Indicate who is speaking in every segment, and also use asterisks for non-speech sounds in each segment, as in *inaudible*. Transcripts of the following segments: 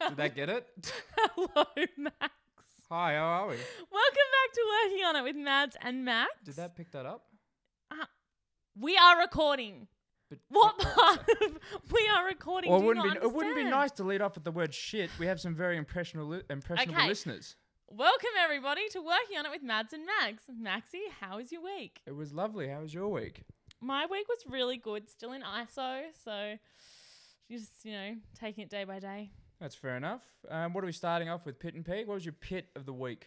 Speaker 1: Did they get
Speaker 2: *laughs*
Speaker 1: it?
Speaker 2: Hello, Max.
Speaker 1: Hi, how are we?
Speaker 2: Welcome back to Working on It with Mads and Max.
Speaker 1: Did that pick that up?
Speaker 2: We are recording.
Speaker 1: But
Speaker 2: What part of *laughs* we are recording?
Speaker 1: Well, it
Speaker 2: *laughs* do you
Speaker 1: wouldn't be.
Speaker 2: not
Speaker 1: It wouldn't be
Speaker 2: understand?
Speaker 1: nice to lead off with the word shit. We have some very impressionable impressionable
Speaker 2: Okay.
Speaker 1: listeners.
Speaker 2: Welcome everybody to Working on It with Mads and Max. Maxie, how was your week?
Speaker 1: It was lovely. How was your week?
Speaker 2: My week was really good. Still in ISO, so just you know taking it day by day.
Speaker 1: That's fair enough. Um, what are we starting off with? Pit and Pig. What was your pit of the week?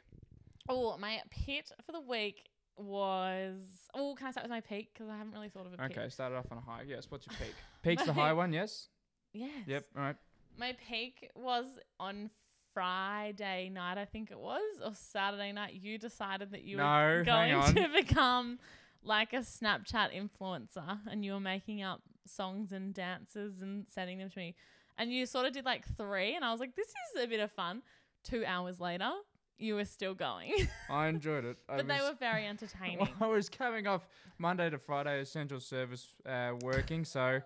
Speaker 2: Oh, my pit for the week was. Oh, can I start with my peak? Because I haven't really thought of a peak.
Speaker 1: Okay, started off on a high. Yes. What's your peak? Peak's the
Speaker 2: *laughs* My-
Speaker 1: high one. Yes.
Speaker 2: Yes.
Speaker 1: Yep. All right.
Speaker 2: My peak was on Friday night, I think it was, or Saturday night. You decided that you
Speaker 1: No, hang
Speaker 2: were going
Speaker 1: on.
Speaker 2: *laughs* to become like a Snapchat influencer and you were making up songs and dances and sending them to me. And you sort of did like three, and I was like, this is a bit of fun. Two hours later, you were still going, *laughs*
Speaker 1: I enjoyed it. I
Speaker 2: but they
Speaker 1: was-
Speaker 2: were very
Speaker 1: *laughs*
Speaker 2: entertaining.
Speaker 1: I was coming off Monday to Friday essential service uh, working, so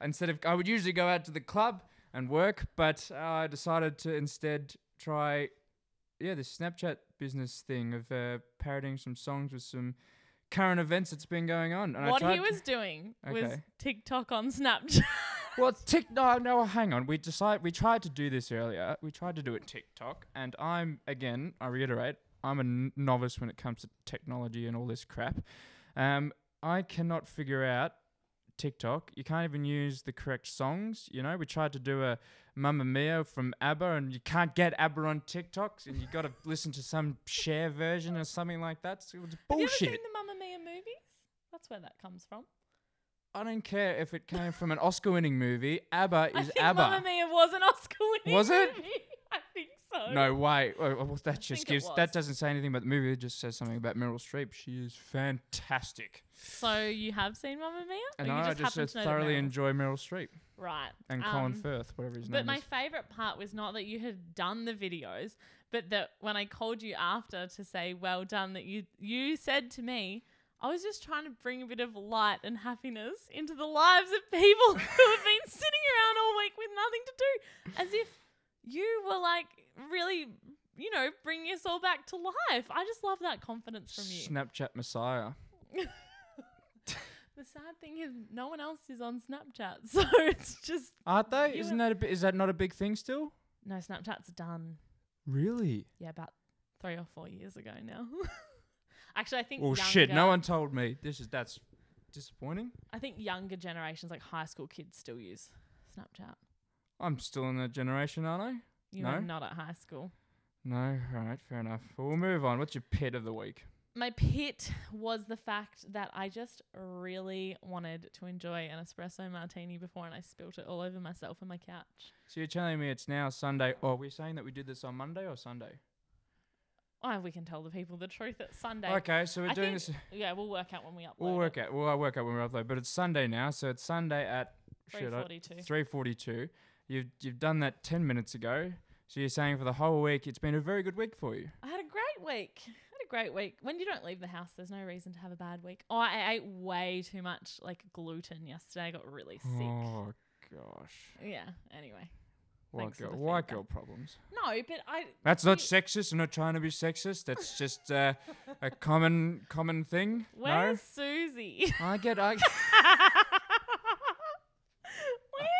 Speaker 1: instead of I would usually go out to the club and work, but uh, I decided to instead try, yeah, this Snapchat business thing of uh, parroting some songs with some current events that's been going on. And
Speaker 2: what
Speaker 1: I tried,
Speaker 2: he was doing was
Speaker 1: Okay.
Speaker 2: TikTok on Snapchat. *laughs*
Speaker 1: well, tick. No, no, hang on. We decided we tried to do this earlier. We tried to do it TikTok, and I'm again. I reiterate, I'm a n- novice when it comes to technology and all this crap. Um, I cannot figure out TikTok. You can't even use the correct songs. You know, we tried to do a Mamma Mia from ABBA, and you can't get ABBA on TikToks, and you got to *laughs* listen to some share version or something like that. So it was
Speaker 2: Have you ever seen
Speaker 1: bullshit.
Speaker 2: the Mamma Mia movies? That's where that comes from.
Speaker 1: I don't care if it came from an Oscar-winning movie. ABBA
Speaker 2: I
Speaker 1: is
Speaker 2: think
Speaker 1: ABBA.
Speaker 2: Mamma Mia was an Oscar winning
Speaker 1: Was it?
Speaker 2: Movie. *laughs* I think so.
Speaker 1: No way. Oh, oh, well, that just
Speaker 2: think it
Speaker 1: gives.
Speaker 2: was.
Speaker 1: That doesn't say anything about the movie. It just says something about Meryl Streep. She is fantastic,
Speaker 2: So you have seen Mamma Mia?
Speaker 1: and
Speaker 2: or Oh, you
Speaker 1: I
Speaker 2: just,
Speaker 1: just,
Speaker 2: happen to know that
Speaker 1: thoroughly
Speaker 2: Meryl-
Speaker 1: enjoy Meryl Streep
Speaker 2: Right.
Speaker 1: and Colin
Speaker 2: um,
Speaker 1: Firth, whatever his
Speaker 2: But
Speaker 1: name
Speaker 2: my
Speaker 1: is.
Speaker 2: favorite part was not that you had done the videos, but that when I called you after to say well done, that you you said to me, I was just trying to bring a bit of light and happiness into the lives of people *laughs* who have been sitting around all week with nothing to do, as if you were like really, you know, bringing us all back to life. I just love that confidence from you.
Speaker 1: Snapchat Messiah.
Speaker 2: The sad thing is, no one else is on Snapchat, *laughs* so it's just
Speaker 1: Aren't they?
Speaker 2: You
Speaker 1: Isn't
Speaker 2: were-
Speaker 1: that a bi- is that not a big thing still?
Speaker 2: no Snapchat's done.
Speaker 1: Really?
Speaker 2: Yeah, about three or four years ago now. *laughs* Actually, I think
Speaker 1: Well,
Speaker 2: younger,
Speaker 1: Oh, shit. No one told me. This is that's disappointing.
Speaker 2: I think younger generations, like high school kids, still use Snapchat.
Speaker 1: I'm still in that generation, aren't I?
Speaker 2: You
Speaker 1: No?
Speaker 2: were not at high school.
Speaker 1: No. All right. Fair enough. Well, we'll move on. What's your pet of the week?
Speaker 2: My pit was the fact that I just really wanted to enjoy an espresso martini before, and I spilt it all over myself and my couch.
Speaker 1: So you're telling me it's now Sunday? Oh, are we saying that we did this on Monday or Sunday?
Speaker 2: Oh, we can tell the people the truth at Sunday.
Speaker 1: Okay, so we're
Speaker 2: I
Speaker 1: doing
Speaker 2: think-
Speaker 1: this.
Speaker 2: Yeah, we'll work out when we upload.
Speaker 1: We'll work
Speaker 2: it.
Speaker 1: out. Well, I work out when we upload, but it's Sunday now, so it's Sunday at
Speaker 2: Three forty-two.
Speaker 1: three forty-two. You've you've done that ten minutes ago. So you're saying for the whole week, it's been a very good week for you.
Speaker 2: I had a great week. I had a great week. When you don't leave the house, there's no reason to have a bad week. Oh, I ate way too much like gluten yesterday. I got really sick.
Speaker 1: Oh gosh,
Speaker 2: Yeah. Anyway.
Speaker 1: white
Speaker 2: Thanks for
Speaker 1: girl,
Speaker 2: the
Speaker 1: white
Speaker 2: feedback.
Speaker 1: girl problems.
Speaker 2: No, but I
Speaker 1: That's not
Speaker 2: You-
Speaker 1: sexist. I'm not trying to be sexist. That's just uh,
Speaker 2: *laughs*
Speaker 1: a common common thing. *laughs*
Speaker 2: where's Susie?
Speaker 1: No, I get
Speaker 2: *laughs*
Speaker 1: I.
Speaker 2: where's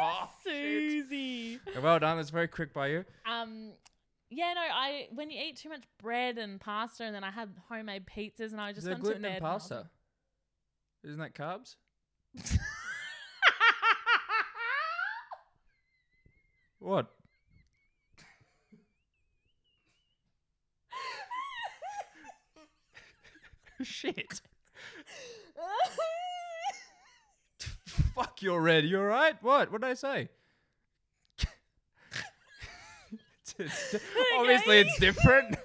Speaker 1: Oh, shit.
Speaker 2: Susie?
Speaker 1: well done. That's very quick by you.
Speaker 2: Um yeah, no, I when you eat too much bread and pasta and then I had homemade pizzas and I
Speaker 1: Is
Speaker 2: just
Speaker 1: there
Speaker 2: went to bed.
Speaker 1: gluten in
Speaker 2: and I was
Speaker 1: pasta? Isn't that carbs?
Speaker 2: *laughs*
Speaker 1: *laughs*
Speaker 2: like- *laughs*
Speaker 1: What? Shit. *laughs* Fuck, you're red. You all right? What? What did I
Speaker 2: *laughs*
Speaker 1: say? It's di- *laughs* Obviously, it's
Speaker 2: Okay.
Speaker 1: different.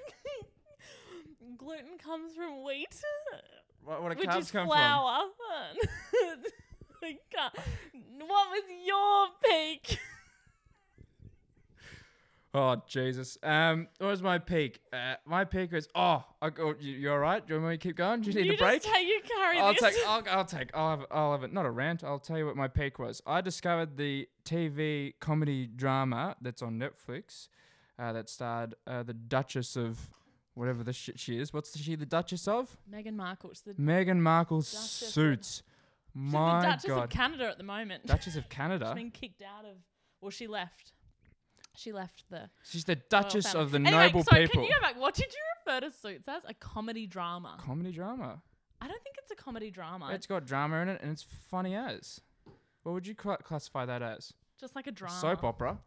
Speaker 2: *laughs* Gluten comes from wheat,
Speaker 1: What, what do
Speaker 2: which is
Speaker 1: carbs come
Speaker 2: flour. *laughs* I can't- what was your peak?
Speaker 1: Oh Jesus! Um, what was my peak? Uh, my peak was oh, I go, you, you all right? Do you want me to keep going? Do you need
Speaker 2: you
Speaker 1: a break?
Speaker 2: Just take, you carry
Speaker 1: I'll
Speaker 2: this. *laughs*
Speaker 1: take, I'll, I'll take, I'll have, I'll have it. Not a rant. I'll tell you what my peak was. I discovered the TV comedy drama that's on Netflix, uh, that starred uh, the Duchess of whatever the shit she is. What's she the Duchess of?
Speaker 2: Meghan Markle, it's the, she's
Speaker 1: Meghan Markle
Speaker 2: Duchess of-
Speaker 1: suits.
Speaker 2: the
Speaker 1: My
Speaker 2: Duchess of
Speaker 1: God,
Speaker 2: Canada at the moment.
Speaker 1: Duchess of
Speaker 2: She's
Speaker 1: Canada.
Speaker 2: been kicked out of. Well, she left. She left the
Speaker 1: She's the
Speaker 2: royal
Speaker 1: Duchess
Speaker 2: family.
Speaker 1: of the
Speaker 2: Anyway,
Speaker 1: noble
Speaker 2: so
Speaker 1: people.
Speaker 2: Can you go back? What did you refer to Suits as? A comedy drama.
Speaker 1: comedy drama.
Speaker 2: I don't think it's a comedy drama.
Speaker 1: It's got drama in it, and it's funny as. What would you cla classify that as?
Speaker 2: It's just like a
Speaker 1: A
Speaker 2: drama.
Speaker 1: Soap opera.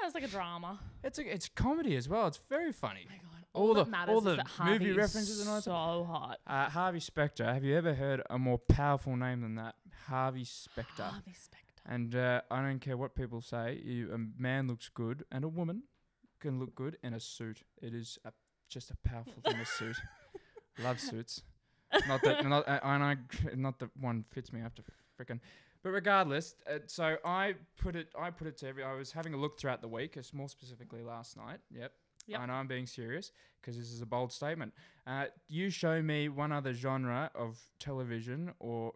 Speaker 2: No, it's like a drama.
Speaker 1: It's a, it's comedy as well. It's very funny.
Speaker 2: Oh my god.
Speaker 1: All
Speaker 2: All,
Speaker 1: the-
Speaker 2: that matters
Speaker 1: all
Speaker 2: is
Speaker 1: the
Speaker 2: that
Speaker 1: movie
Speaker 2: Harvey is
Speaker 1: references and all that
Speaker 2: so hot.
Speaker 1: Uh, Harvey Specter. Have you ever heard a more powerful name than that? Harvey
Speaker 2: *gasps*
Speaker 1: Specter.
Speaker 2: Harvey Specter.
Speaker 1: And uh, I don't care what people say. You, a man looks good, and a woman can look good in a suit. It is a, just a powerful
Speaker 2: *laughs*
Speaker 1: thing. A suit. Love suits. Not that.
Speaker 2: *laughs*
Speaker 1: Not. Uh, and I. Not that one fits me after frickin'. But regardless, uh, so I put it. I put it to every. I was having a look throughout the week. It's more specifically last night. Yep.
Speaker 2: Yep.
Speaker 1: I know I'm being serious because this is a bold statement. Uh, you show me one other genre of television or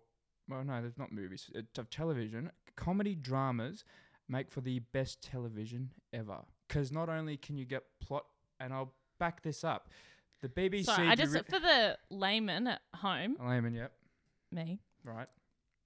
Speaker 1: well, no, there's not movies. It's of television. Comedy dramas make for the best television ever. Because not only can you get plot, and I'll back this up. The BBC.
Speaker 2: Sorry, I just
Speaker 1: diri-
Speaker 2: for the layman at home,
Speaker 1: Layman, yep,
Speaker 2: me.
Speaker 1: right.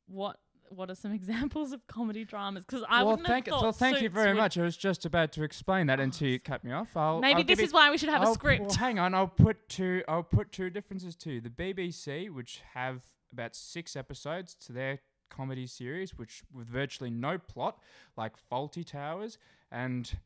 Speaker 2: What what are some *laughs* examples of comedy dramas? Because I
Speaker 1: well,
Speaker 2: wouldn't
Speaker 1: thank,
Speaker 2: have thought.
Speaker 1: well, thank you
Speaker 2: Suits
Speaker 1: very
Speaker 2: would-
Speaker 1: much. I was just about to explain that until you cut me off. I'll,
Speaker 2: Maybe
Speaker 1: I'll
Speaker 2: this
Speaker 1: give you-
Speaker 2: is why we should have
Speaker 1: I'll- Ah,
Speaker 2: a script.
Speaker 1: *laughs* Well, hang on, I'll put two. I'll put two differences too. The BBC, which have about six episodes to their comedy series, which with virtually no plot, like Faulty Towers, and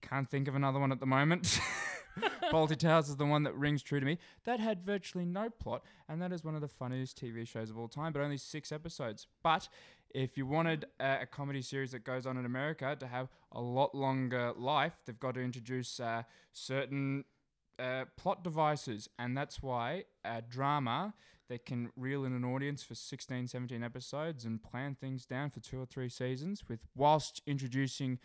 Speaker 1: can't think of another one at the moment. *laughs* Faulty Towers is the one that rings true to me. That had virtually no plot, and that is one of the funniest TV shows of all time, but only six episodes. But if you wanted uh, a comedy series that goes on in America to have a lot longer life, they've got to introduce uh, certain uh, plot devices, and that's why a drama that can reel in an audience for 16, 17 episodes and plan things down for two or three seasons, with whilst introducing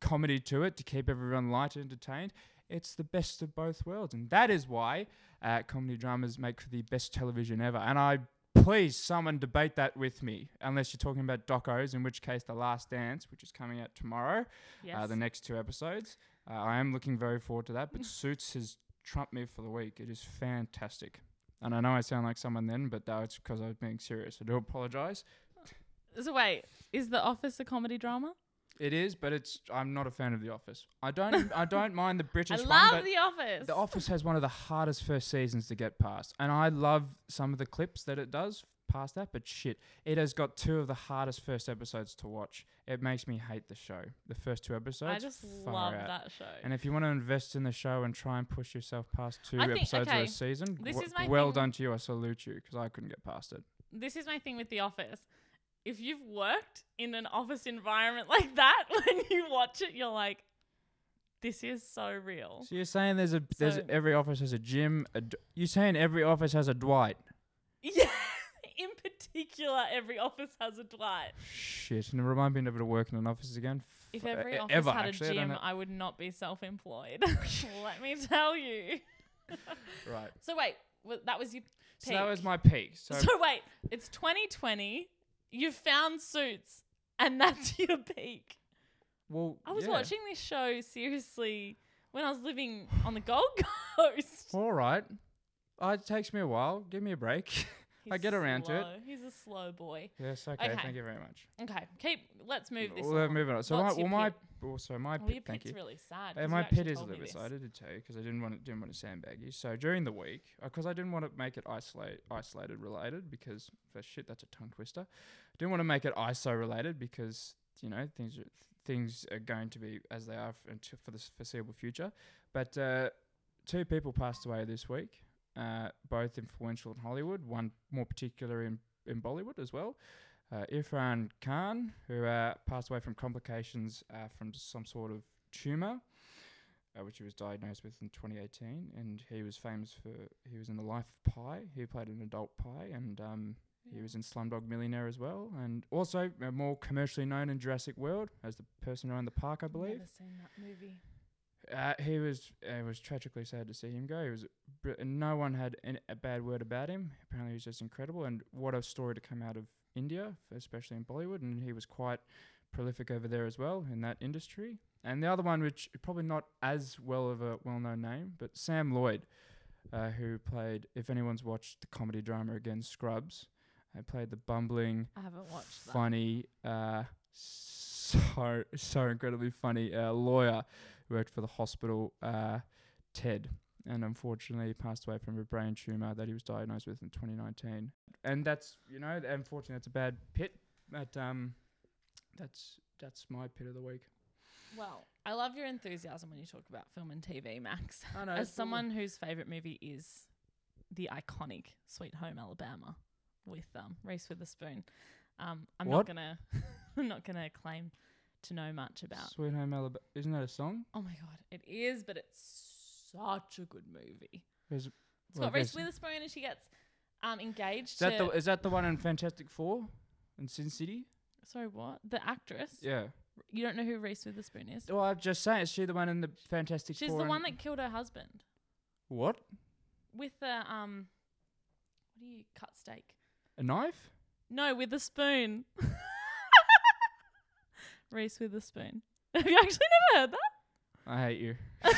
Speaker 1: comedy to it to keep everyone light and entertained. It's the best of both worlds, and that is why uh, comedy dramas make for the best television ever. And I please someone debate that with me, unless you're talking about docos, in which case The Last Dance, which is coming out tomorrow,
Speaker 2: Yes.
Speaker 1: uh, the next two episodes. Uh, I am looking very forward to that,
Speaker 2: *laughs*
Speaker 1: but Suits has trumped me for the week. It is fantastic. And I know I sound like someone then, but that was because I was being serious. I do apologize.
Speaker 2: so wait, is The Office a comedy drama?
Speaker 1: It is, but it's I'm not a fan of The Office. I
Speaker 2: *laughs*
Speaker 1: don't I don't mind the British
Speaker 2: I
Speaker 1: one,
Speaker 2: love
Speaker 1: but
Speaker 2: The Office.
Speaker 1: The Office has one of the hardest first seasons to get past. And I love some of the clips that it does past that, but shit, it has got two of the hardest first episodes to watch. It makes me hate the show. The first two episodes.
Speaker 2: I just
Speaker 1: far
Speaker 2: love
Speaker 1: out.
Speaker 2: that show.
Speaker 1: And if you want to invest in the show and try and push yourself past two
Speaker 2: I think-
Speaker 1: episodes or
Speaker 2: okay,
Speaker 1: a season,
Speaker 2: this
Speaker 1: w-
Speaker 2: is my
Speaker 1: well
Speaker 2: thing-
Speaker 1: done to you. I salute you because I couldn't get past it.
Speaker 2: this is my thing with The Office. If you've worked in an office environment *laughs* like that, when you watch it, you're like, this is so *laughs* real.
Speaker 1: So you're saying there's a there's
Speaker 2: Oh. So-
Speaker 1: every office has a Jim. A D- you're saying every office has a Dwight.
Speaker 2: Yeah. In particular, every office has a Dwight.
Speaker 1: Shit, and remind me never to work in an office again.
Speaker 2: If
Speaker 1: F- e-
Speaker 2: every office
Speaker 1: ever,
Speaker 2: had a
Speaker 1: actually, I don't
Speaker 2: gym,
Speaker 1: know.
Speaker 2: I, would not be self employed. *laughs* Let me tell you. uh,
Speaker 1: right.
Speaker 2: So, wait, wa- that was your.
Speaker 1: So that
Speaker 2: peak.
Speaker 1: was my peak. So,
Speaker 2: So, wait, it's 2020. You found suits, and *laughs* that's your peak.
Speaker 1: well,
Speaker 2: I was
Speaker 1: yeah.
Speaker 2: watching this show seriously when I was living on the Gold *laughs* Coast.
Speaker 1: All right. Uh, it takes me a while. Give me a break. I
Speaker 2: He's
Speaker 1: get around to it.
Speaker 2: slow. He's a slow boy.
Speaker 1: yes. Okay,
Speaker 2: Okay.
Speaker 1: Thank you very much.
Speaker 2: Okay, keep. Let's move this.
Speaker 1: Well,
Speaker 2: on.
Speaker 1: moving on. So
Speaker 2: What's
Speaker 1: my, well,
Speaker 2: your
Speaker 1: my
Speaker 2: pit?
Speaker 1: well, so my
Speaker 2: Well, your
Speaker 1: peak. Thank
Speaker 2: pit's
Speaker 1: you.
Speaker 2: really sad. 'cause
Speaker 1: And
Speaker 2: you
Speaker 1: my
Speaker 2: actually
Speaker 1: pit is a
Speaker 2: told me
Speaker 1: little bit.
Speaker 2: this.
Speaker 1: So I didn't tell you because I didn't want it, didn't want to sandbag you. So during the week, because I didn't want to make it isolate isolated related because that shit that's a tongue twister. I didn't want to make it ISO related because you know things are, things are going to be as they are f- until for the s- foreseeable future. But uh, two people passed away this week, uh, both influential in Hollywood. One more particular in in Bollywood as well. Uh, Irfan Khan, who uh, passed away from complications uh, from some sort of tumor uh, which he was diagnosed with in 2018, and he was famous for he was in The Life of Pi. He played an adult Pi, and um, he was in Slumdog Millionaire as well, and also uh, more commercially known in Jurassic World as the person around the park, I
Speaker 2: I've
Speaker 1: believe.
Speaker 2: Never seen that movie.
Speaker 1: Uh, he was. It was tragically sad to see him go. He was. br- No one had an, a bad word about him. Apparently, he was just incredible. And what a story to come out of India, especially in Bollywood. And he was quite prolific over there as well in that industry. And the other one, which probably not as well of a well-known name, but Sam Lloyd, uh, who played. If anyone's watched the comedy drama again, Scrubs, I played the bumbling
Speaker 2: I haven't watched that.
Speaker 1: funny, uh, so so incredibly funny uh, lawyer who worked for the hospital, uh, Ted, and unfortunately he passed away from a brain tumor that he was diagnosed with in 2019. And that's you know, unfortunately, that's a bad pit, but um, that's that's my pit of the week.
Speaker 2: Well, I love your enthusiasm when you talk about film and TV, Max.
Speaker 1: I know,
Speaker 2: As
Speaker 1: it's all-
Speaker 2: someone whose favorite movie is the iconic Sweet Home Alabama with um, Reese Witherspoon, um, I'm
Speaker 1: What?
Speaker 2: not gonna *laughs* I'm not gonna claim to know much about.
Speaker 1: Sweet Home Alabama, isn't that a song?
Speaker 2: Oh my god, it is, but it's such a good movie.
Speaker 1: Is,
Speaker 2: It's
Speaker 1: well,
Speaker 2: got Reese
Speaker 1: there's-
Speaker 2: Witherspoon and she gets um, engaged
Speaker 1: is that
Speaker 2: to.
Speaker 1: the is that the one in Fantastic Four, in Sin City?
Speaker 2: sorry, what? The actress?
Speaker 1: Yeah.
Speaker 2: You don't know who Reese Witherspoon is?
Speaker 1: Well, I'm just saying, is she the one in the Fantastic
Speaker 2: She's
Speaker 1: Four?
Speaker 2: the
Speaker 1: and-
Speaker 2: one that killed her husband
Speaker 1: what
Speaker 2: with a um. What do you cut steak?
Speaker 1: a knife?
Speaker 2: No, with a
Speaker 1: *laughs*
Speaker 2: spoon. Reese with a spoon. *laughs* Have you actually never heard
Speaker 1: *laughs* I hate you.
Speaker 2: that?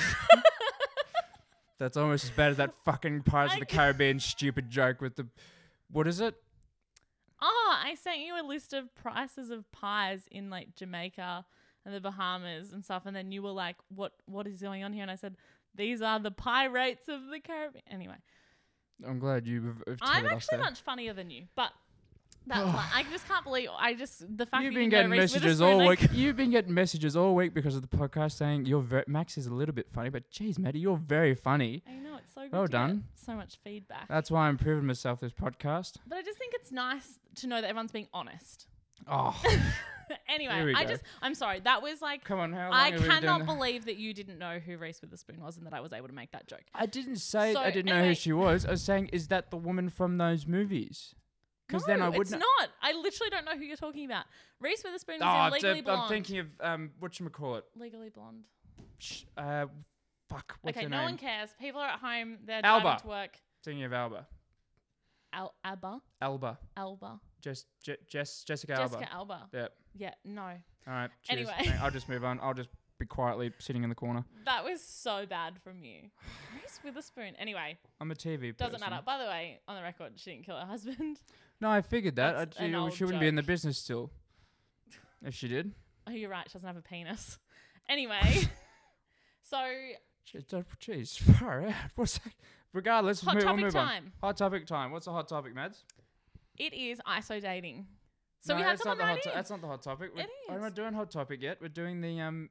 Speaker 1: That's almost as bad as that fucking Pirates
Speaker 2: I
Speaker 1: of the
Speaker 2: ca-
Speaker 1: Caribbean stupid joke with the. What is it?
Speaker 2: Ah, I sent you a list of prices of pies in like Jamaica and the Bahamas and stuff, and then you were like, "What? What is going on here?" And I said, "These are the pie rates of the Caribbean." Anyway,
Speaker 1: I'm glad you have, have
Speaker 2: I'm
Speaker 1: turned it off
Speaker 2: actually
Speaker 1: there.
Speaker 2: much funnier than you, but
Speaker 1: *sighs*
Speaker 2: that's why I just can't believe I just the fact
Speaker 1: You've
Speaker 2: that
Speaker 1: been
Speaker 2: you know
Speaker 1: getting
Speaker 2: Reese
Speaker 1: messages
Speaker 2: Witherspoon,
Speaker 1: all
Speaker 2: I
Speaker 1: week. *laughs* You've been getting messages all week because of the podcast saying your ver- Max is a little bit funny, but geez, Maddie, you're very funny.
Speaker 2: I know it's so good.
Speaker 1: Well
Speaker 2: to get
Speaker 1: done.
Speaker 2: So much feedback.
Speaker 1: That's why I'm proving myself this podcast.
Speaker 2: But I just think it's nice to know that everyone's being honest. *laughs*
Speaker 1: Oh, Here
Speaker 2: anyway,
Speaker 1: we
Speaker 2: I
Speaker 1: go.
Speaker 2: just I'm sorry. That was like
Speaker 1: come on, how long
Speaker 2: I
Speaker 1: have we been doing
Speaker 2: cannot
Speaker 1: that?
Speaker 2: believe that you didn't know who Reese Witherspoon was and that I was able to make that joke.
Speaker 1: I didn't say
Speaker 2: So,
Speaker 1: I didn't know
Speaker 2: anyway.
Speaker 1: who she was. I was saying, is that the woman from those movies? Because then I
Speaker 2: No,
Speaker 1: would
Speaker 2: it's
Speaker 1: kno-
Speaker 2: not. I literally don't know who you're talking about. Reese Witherspoon was
Speaker 1: Oh,
Speaker 2: in
Speaker 1: it's
Speaker 2: Legally
Speaker 1: a,
Speaker 2: Blonde.
Speaker 1: I'm thinking of um, what you call it.
Speaker 2: Legally Blonde.
Speaker 1: Uh, fuck, what's
Speaker 2: okay,
Speaker 1: her
Speaker 2: no
Speaker 1: name?
Speaker 2: one cares. People are at home. They're
Speaker 1: Alba.
Speaker 2: driving to work.
Speaker 1: Thinking of Alba.
Speaker 2: Al- Abba,
Speaker 1: Alba.
Speaker 2: Alba,
Speaker 1: Jess, Je- Jess, Jessica,
Speaker 2: Jessica
Speaker 1: Alba.
Speaker 2: Alba.
Speaker 1: Yep.
Speaker 2: Yeah, no,
Speaker 1: All right. Cheers.
Speaker 2: Anyway.
Speaker 1: Thank- I'll just move on. I'll just be quietly sitting in the corner.
Speaker 2: that was so bad from you. *sighs* Reese Witherspoon. Anyway,
Speaker 1: I'm a TV.
Speaker 2: doesn't
Speaker 1: person.
Speaker 2: matter. By the way, on the record, she didn't kill her husband.
Speaker 1: No, I figured that. I,
Speaker 2: That's
Speaker 1: she
Speaker 2: an
Speaker 1: she
Speaker 2: old
Speaker 1: wouldn't be in the
Speaker 2: joke.
Speaker 1: business still. If she did,
Speaker 2: Oh, you're right. She doesn't have a penis. *laughs*
Speaker 1: *laughs*
Speaker 2: Anyway, so
Speaker 1: She- uh, jeez, *laughs* far out. What's that? Regardless,
Speaker 2: hot
Speaker 1: move, we'll
Speaker 2: topic
Speaker 1: move on.
Speaker 2: time.
Speaker 1: Hot topic time. What's the hot topic, Mads?
Speaker 2: It is iso dating. So
Speaker 1: no,
Speaker 2: we had
Speaker 1: that's not
Speaker 2: someone
Speaker 1: the hot.
Speaker 2: right
Speaker 1: to-
Speaker 2: in.
Speaker 1: that's not the hot topic. We're,
Speaker 2: It
Speaker 1: We're
Speaker 2: is.
Speaker 1: not doing hot topic yet. We're doing the um,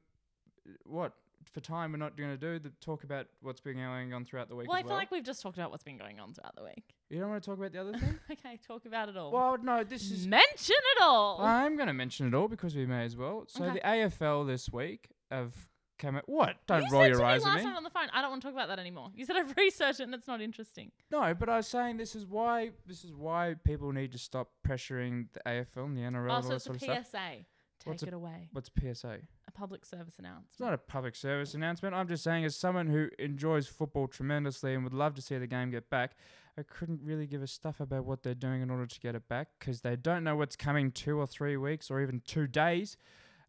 Speaker 1: what for time? We're not going to do the talk about what's been going on throughout the week.
Speaker 2: well, I
Speaker 1: as
Speaker 2: feel
Speaker 1: well.
Speaker 2: like we've just talked about what's been going on throughout
Speaker 1: *laughs*
Speaker 2: the week. *laughs*
Speaker 1: you don't want to talk about the other thing.
Speaker 2: okay, talk about it all.
Speaker 1: well, no, this is
Speaker 2: Mention it all.
Speaker 1: I'm going to mention it all because we may as well. So
Speaker 2: Okay.
Speaker 1: the AFL this week have come out. What? Don't
Speaker 2: you
Speaker 1: roll
Speaker 2: said
Speaker 1: your
Speaker 2: to
Speaker 1: eyes
Speaker 2: me
Speaker 1: at
Speaker 2: last
Speaker 1: me.
Speaker 2: time on the phone. I don't want to talk about that anymore. You *laughs* said I've researched it and it's not interesting.
Speaker 1: No, but I was saying this is why this is why people need to stop pressuring the AFL and the NRL
Speaker 2: Oh,
Speaker 1: and all
Speaker 2: so
Speaker 1: that
Speaker 2: it's a
Speaker 1: sort of
Speaker 2: PSA.
Speaker 1: stuff.
Speaker 2: Take
Speaker 1: What's
Speaker 2: it away.
Speaker 1: What's PSA?
Speaker 2: A public service announcement.
Speaker 1: It's not a public service announcement. I'm just saying, as someone who enjoys football tremendously and would love to see the game get back, I couldn't really give a stuff about what they're doing in order to get it back because they don't know what's coming two or three weeks or even two days,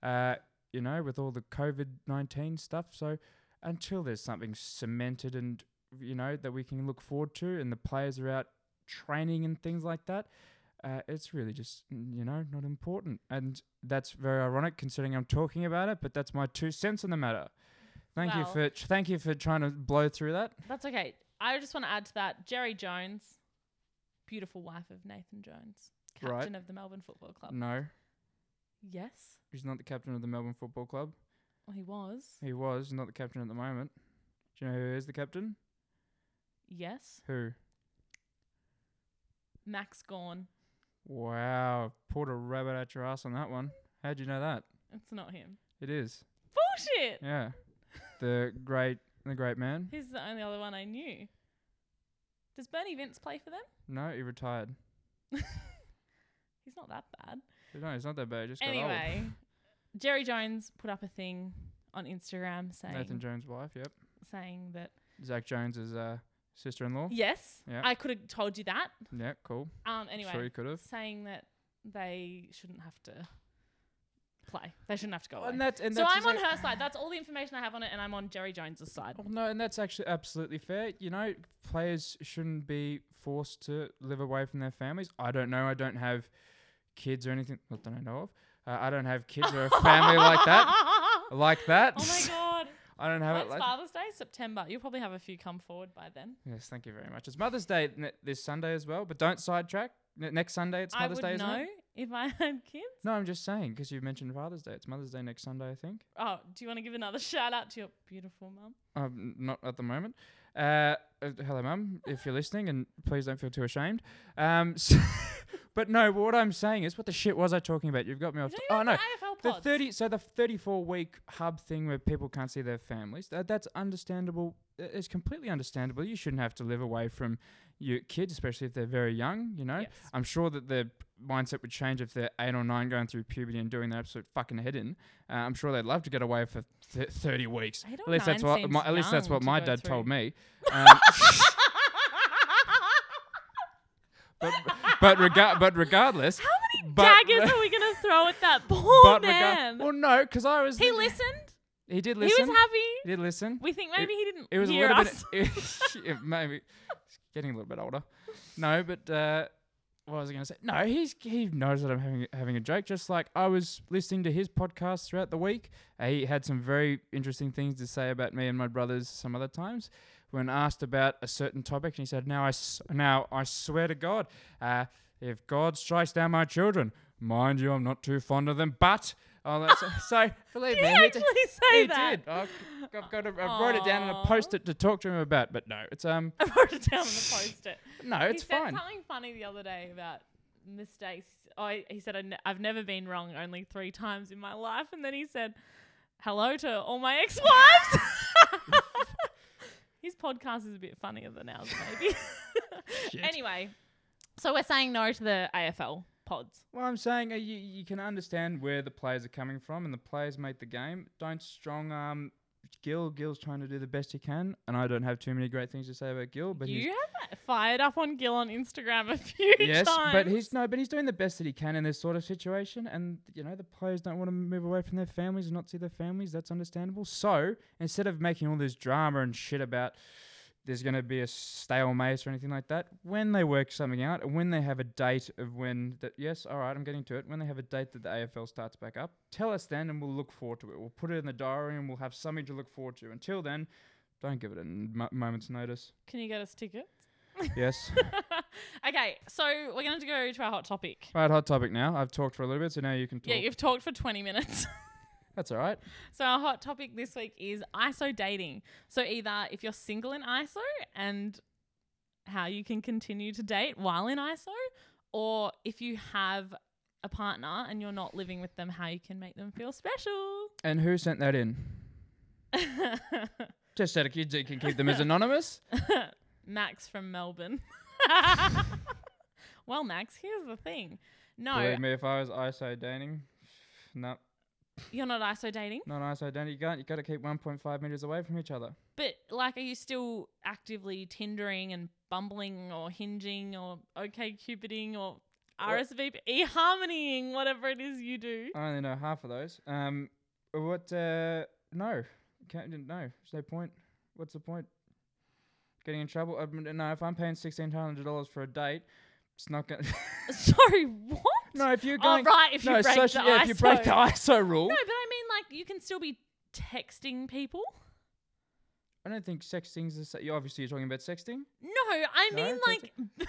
Speaker 1: uh, you know, with all the COVID 19 stuff. So until there's something cemented and, you know, that we can look forward to and the players are out training and things like that. Uh, it's really just, mm, you know, not important. And that's very ironic considering I'm talking about it, but that's my two cents on the matter. Thank you
Speaker 2: Well-
Speaker 1: for thank you for trying to blow through that.
Speaker 2: That's okay. I just want to add to that Jerry Jones, beautiful wife of Nathan Jones,
Speaker 1: Right.
Speaker 2: captain of the Melbourne Football Club.
Speaker 1: No,
Speaker 2: Yes,
Speaker 1: he's not the captain of the Melbourne Football Club.
Speaker 2: well, Oh, he was.
Speaker 1: He was not the captain at the moment. Do you know who is the captain?
Speaker 2: Yes,
Speaker 1: Who?
Speaker 2: Max Gorn.
Speaker 1: Wow, pulled a rabbit out your ass on that one. How'd you know that?
Speaker 2: It's not him.
Speaker 1: It is.
Speaker 2: Bullshit.
Speaker 1: Yeah, the great the great man.
Speaker 2: He's the only other one I knew. Does Bernie Vince play for them?
Speaker 1: No, he retired.
Speaker 2: He's not that bad.
Speaker 1: No, he's not that bad. He just got old.
Speaker 2: Anyway, Jerry Jones put up a thing on Instagram saying
Speaker 1: Nathan Jones' wife. Yep.
Speaker 2: saying that
Speaker 1: Zach Jones is uh, sister-in-law.
Speaker 2: yes,
Speaker 1: Yeah.
Speaker 2: I could have told you that.
Speaker 1: Yeah. Cool.
Speaker 2: Um, anyway,
Speaker 1: Sure, you could have.
Speaker 2: saying that they shouldn't have to play. They shouldn't have to go away.
Speaker 1: And that's and
Speaker 2: so
Speaker 1: that's
Speaker 2: I'm on
Speaker 1: exact-
Speaker 2: her side. That's all the information I have on it, and I'm on Jerry Jones's side.
Speaker 1: Well, Oh, no, and that's actually absolutely fair. You know, players shouldn't be forced to live away from their families. I don't know. I don't have kids or anything. Not that I know of. Uh, I don't have kids or a
Speaker 2: *laughs*
Speaker 1: family like that. Like that.
Speaker 2: Oh my god!
Speaker 1: *laughs* I don't have
Speaker 2: When's
Speaker 1: it like.
Speaker 2: Father's Day? September. You'll probably have a few come forward by then.
Speaker 1: Yes, thank you very much. It's Mother's Day ne- this Sunday as well, but don't sidetrack. Ne- next Sunday it's
Speaker 2: I
Speaker 1: Mother's
Speaker 2: would
Speaker 1: Day, isn't
Speaker 2: know
Speaker 1: it?
Speaker 2: if I *laughs* had kids.
Speaker 1: No, I'm just saying because you mentioned Father's Day. It's Mother's Day next Sunday, I think.
Speaker 2: Oh, do you want to give another *laughs* shout out to your beautiful mum?
Speaker 1: Um, not at the moment. Uh, uh, hello, mum, if you're listening, and please don't feel too ashamed. Um, *laughs* s but no, but what I'm saying is, what the shit was I talking about? You've got me off.
Speaker 2: Don't
Speaker 1: t-
Speaker 2: you
Speaker 1: oh
Speaker 2: remember
Speaker 1: no,
Speaker 2: the AFL
Speaker 1: the
Speaker 2: pods?
Speaker 1: thirty. So the thirty-four week hub thing where people can't see their families. That that's understandable. It- It's completely understandable. You shouldn't have to live away from your kids, especially if they're very young. You know,
Speaker 2: Yes.
Speaker 1: I'm sure that their mindset would change if they're eight or nine going through puberty and doing their absolute fucking head in. Uh, I'm sure they'd love to get away for th- 30 weeks.
Speaker 2: Eight or
Speaker 1: At least that's
Speaker 2: nine
Speaker 1: what
Speaker 2: seems
Speaker 1: my, at least that's
Speaker 2: young
Speaker 1: what
Speaker 2: to
Speaker 1: my
Speaker 2: go
Speaker 1: dad
Speaker 2: through.
Speaker 1: told
Speaker 2: *laughs*
Speaker 1: me. Um, *laughs* but but rega- but regardless,
Speaker 2: How many
Speaker 1: But- *laughs*
Speaker 2: daggers are we gonna throw at that poor
Speaker 1: but rega-
Speaker 2: man?
Speaker 1: well, no, because I was
Speaker 2: he
Speaker 1: thinking-
Speaker 2: listened.
Speaker 1: He did
Speaker 2: He
Speaker 1: listen.
Speaker 2: was happy.
Speaker 1: He did listen.
Speaker 2: We think maybe he didn't
Speaker 1: It was
Speaker 2: hear
Speaker 1: a little
Speaker 2: us.
Speaker 1: bit. *laughs* it- maybe it's getting a little bit older. No, but uh, what was I going to say? No, he's he knows that I'm having having a joke. Just like I was listening to his podcast throughout the week. Uh, he had some very interesting things to say about me and my brothers. Some other times, when asked about a certain topic, and he said, "Now I s- now I swear to God, uh, if God strikes down my children, mind you, I'm not too fond of them, but." Oh, that's, so believe
Speaker 2: Did
Speaker 1: me,
Speaker 2: *laughs* *laughs* he
Speaker 1: he did-
Speaker 2: actually say
Speaker 1: he
Speaker 2: that?
Speaker 1: did. I've, I've got a, I wrote it down and I
Speaker 2: Aw.
Speaker 1: posted to talk to him about. But no, it's
Speaker 2: *laughs*
Speaker 1: um,
Speaker 2: I wrote it down on the post-it.
Speaker 1: no, it's
Speaker 2: he said
Speaker 1: fine.
Speaker 2: something funny the other day about mistakes. Oh, he- he said, "I ne- "I've never been wrong only three times in my life," and then he said, "Hello to all my ex-wives." *laughs* His podcast is a bit funnier than ours,
Speaker 1: *laughs*
Speaker 2: maybe. *laughs*
Speaker 1: Shit.
Speaker 2: anyway, so we're saying no to the AFL pods.
Speaker 1: Well, I'm saying uh, you, you can understand where the players are coming from, and the players make the game. Don't strong arm Gil. Gil's trying to do the best he can, and I don't have too many great things to say about Gil. But he's
Speaker 2: you have fired up on Gil on Instagram a few
Speaker 1: yes,
Speaker 2: times.
Speaker 1: but he's no, but he's doing the best that he can in this sort of situation, and you know the players don't want to move away from their families and not see their families. That's understandable. So instead of making all this drama and shit about there's going to be a stalemate or anything like that, when they work something out and when they have a date of when that yes, all right, I'm getting to it. When they have a date that the AFL starts back up, tell us then, and we'll look forward to it. We'll put it in the diary, and we'll have something to look forward to. Until then, don't give it a m- moment's notice.
Speaker 2: Can you get us tickets?
Speaker 1: Yes.
Speaker 2: *laughs* okay, so we're going to go to our hot topic.
Speaker 1: right, hot topic now. I've talked for a little bit, so now you can talk.
Speaker 2: Yeah, you've talked for 20 minutes. *laughs*
Speaker 1: That's all right.
Speaker 2: So our hot topic this week is ISO dating. So either if you're single in ISO and how you can continue to date while in ISO, or if you have a partner and you're not living with them, how you can make them feel special. *laughs*
Speaker 1: And who sent that in? Just said you d- can keep them
Speaker 2: *laughs*
Speaker 1: as anonymous.
Speaker 2: Max from Melbourne. *laughs* well, Max, here's the thing. No,
Speaker 1: Believe me, if I was ISO dating, no,
Speaker 2: you're not ISO dating,
Speaker 1: not ISO dating. You can't. You got to keep 1.5 meters away from each other.
Speaker 2: but like, are you still actively Tindering and bumbling or hinging or okay cupiding or RSVP eHarmonying, whatever it is you do?
Speaker 1: I only know half of those. Um, what? Uh, no, can't. No, there's no point. What's the point? Getting in trouble? I mean, no, if I'm paying sixteen hundred dollars for a date, it's not gonna. *laughs*
Speaker 2: *laughs* Sorry, what?
Speaker 1: Uh, no, if you're
Speaker 2: oh,
Speaker 1: going.
Speaker 2: right, if you
Speaker 1: no,
Speaker 2: break
Speaker 1: social,
Speaker 2: the
Speaker 1: yeah,
Speaker 2: ISO.
Speaker 1: if you break the ISO rule.
Speaker 2: No, but I mean, like, you can still be texting people.
Speaker 1: I don't think sexting's the. sa- you obviously, you're talking about sexting.
Speaker 2: No, I
Speaker 1: No,
Speaker 2: mean
Speaker 1: text-
Speaker 2: like *laughs* no,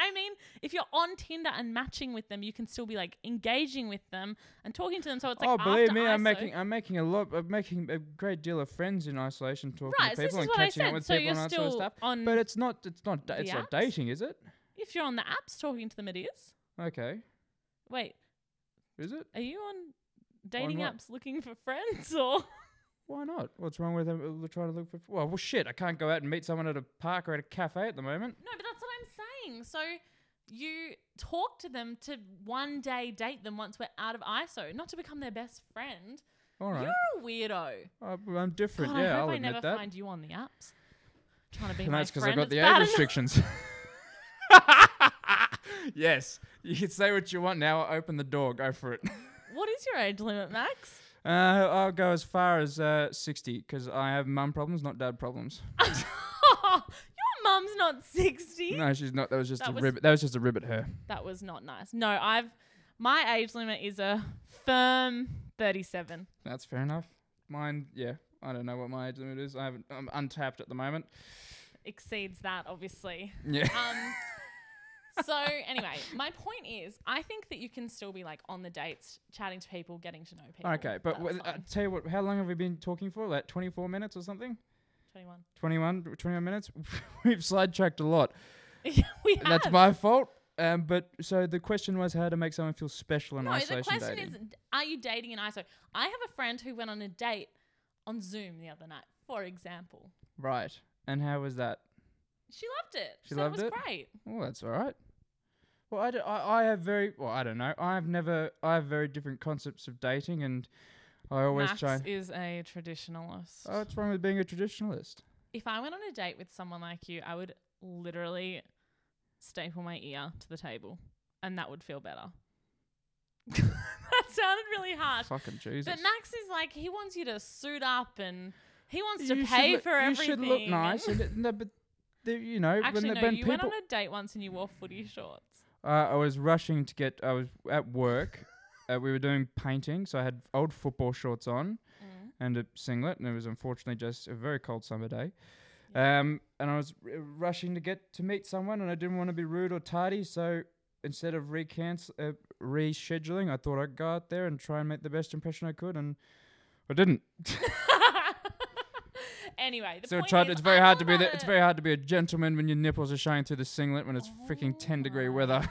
Speaker 2: I mean if you're on Tinder and matching with them, you can still be like engaging with them and talking to them. So it's like
Speaker 1: oh, believe
Speaker 2: after
Speaker 1: me, I'm
Speaker 2: ISO.
Speaker 1: making I'm making a lot, I'm making a great deal of friends in isolation, talking
Speaker 2: Right,
Speaker 1: to
Speaker 2: so this
Speaker 1: people
Speaker 2: is
Speaker 1: and
Speaker 2: what I
Speaker 1: catching up
Speaker 2: said,
Speaker 1: with
Speaker 2: so
Speaker 1: people
Speaker 2: you're
Speaker 1: and that sort of
Speaker 2: still
Speaker 1: stuff.
Speaker 2: on
Speaker 1: But it's not it's not da-
Speaker 2: the
Speaker 1: it's not
Speaker 2: apps?
Speaker 1: dating, is it?
Speaker 2: if you're on the apps talking to them, it is.
Speaker 1: Okay,
Speaker 2: Wait,
Speaker 1: is it?
Speaker 2: are you on dating
Speaker 1: what?
Speaker 2: apps looking for friends or?
Speaker 1: Why not? What's wrong with them uh, trying to look for? Well, well, shit, I can't go out and meet someone at a park or at a cafe at the moment.
Speaker 2: No, but that's what I'm saying. So you talk to them to one day date them once we're out of ISO, not to become their best friend.
Speaker 1: All right.
Speaker 2: You're a weirdo.
Speaker 1: Uh, well, I'm different.
Speaker 2: God, I
Speaker 1: yeah,
Speaker 2: hope
Speaker 1: I'll
Speaker 2: I
Speaker 1: admit
Speaker 2: never
Speaker 1: that.
Speaker 2: find you on the apps.
Speaker 1: *laughs*
Speaker 2: Trying to be
Speaker 1: And
Speaker 2: my
Speaker 1: that's because I
Speaker 2: friend.
Speaker 1: got
Speaker 2: It's
Speaker 1: the
Speaker 2: bad
Speaker 1: age
Speaker 2: enough.
Speaker 1: restrictions. *laughs* yes, *laughs* you can say what you want now. Open the door. Go for it.
Speaker 2: *laughs* What is your age limit, Max?
Speaker 1: *laughs*
Speaker 2: *laughs*
Speaker 1: Uh, I'll go as far as uh, 60 because I have mum problems, not dad problems.
Speaker 2: your mum's not 60.
Speaker 1: No, she's not. That was just
Speaker 2: That
Speaker 1: a
Speaker 2: was-
Speaker 1: ribbit. That was just a ribbit. Her.
Speaker 2: That was not nice. No, I've my age limit is a firm 37.
Speaker 1: That's fair enough. Mine, yeah. I don't know what my age limit is. I haven't. I'm untapped at the moment. *laughs*
Speaker 2: Exceeds that, obviously.
Speaker 1: Yeah.
Speaker 2: Um, so anyway, my point is, I think that you can still be like on the dates, chatting to people, getting to know people.
Speaker 1: okay, but uh,
Speaker 2: That's
Speaker 1: wh- I
Speaker 2: fine.
Speaker 1: tell you what. How long have we been talking for? Like 24 minutes or something?
Speaker 2: 21.
Speaker 1: 21, 21 minutes. *laughs* We've sidetracked a lot.
Speaker 2: we
Speaker 1: And
Speaker 2: have.
Speaker 1: That's my fault. Um, but so the question was how to make someone feel special in
Speaker 2: no,
Speaker 1: isolation
Speaker 2: the question
Speaker 1: dating.
Speaker 2: is, are you dating in ISO? I have a friend who went on a date on Zoom the other night, for example.
Speaker 1: Right. And how was that?
Speaker 2: She loved it.
Speaker 1: She
Speaker 2: said
Speaker 1: loved
Speaker 2: it was
Speaker 1: it?
Speaker 2: great.
Speaker 1: Well, that's all right. Well, I, d- I, I have very well. I don't know. I have never. I have very different concepts of dating, and I always
Speaker 2: Max
Speaker 1: try.
Speaker 2: is a traditionalist.
Speaker 1: Oh, what's wrong with being a traditionalist?
Speaker 2: if I went on a date with someone like you, I would literally staple my ear to the table, and that would feel better. *laughs* that sounded really harsh.
Speaker 1: Fucking Jesus.
Speaker 2: But Max is like, he wants you to suit up and he wants
Speaker 1: You
Speaker 2: to
Speaker 1: should
Speaker 2: pay
Speaker 1: look-
Speaker 2: for
Speaker 1: you
Speaker 2: everything.
Speaker 1: should look
Speaker 2: and-
Speaker 1: nice. and it- no, but the, you know,
Speaker 2: Actually,
Speaker 1: when,
Speaker 2: no,
Speaker 1: the, when
Speaker 2: you went
Speaker 1: people,
Speaker 2: on a date once and you wore footy
Speaker 1: *laughs*
Speaker 2: shorts.
Speaker 1: uh, I was rushing to get. I was at work. uh, we were doing painting, so I had old football shorts on and a singlet, and it was unfortunately just a very cold summer day. Um, and I was r- rushing to get to meet someone, and I didn't want to be rude or tardy, so instead of recancel, uh, rescheduling, I thought I'd go out there and try and make the best impression I could, and I didn't.
Speaker 2: anyway, the
Speaker 1: So
Speaker 2: point
Speaker 1: try
Speaker 2: is,
Speaker 1: it's very
Speaker 2: I'm
Speaker 1: hard
Speaker 2: all
Speaker 1: to be
Speaker 2: about
Speaker 1: the, it's
Speaker 2: it.
Speaker 1: very hard to be a gentleman when your nipples are showing through the singlet when it's freaking ten degree
Speaker 2: Oh. *laughs*
Speaker 1: weather.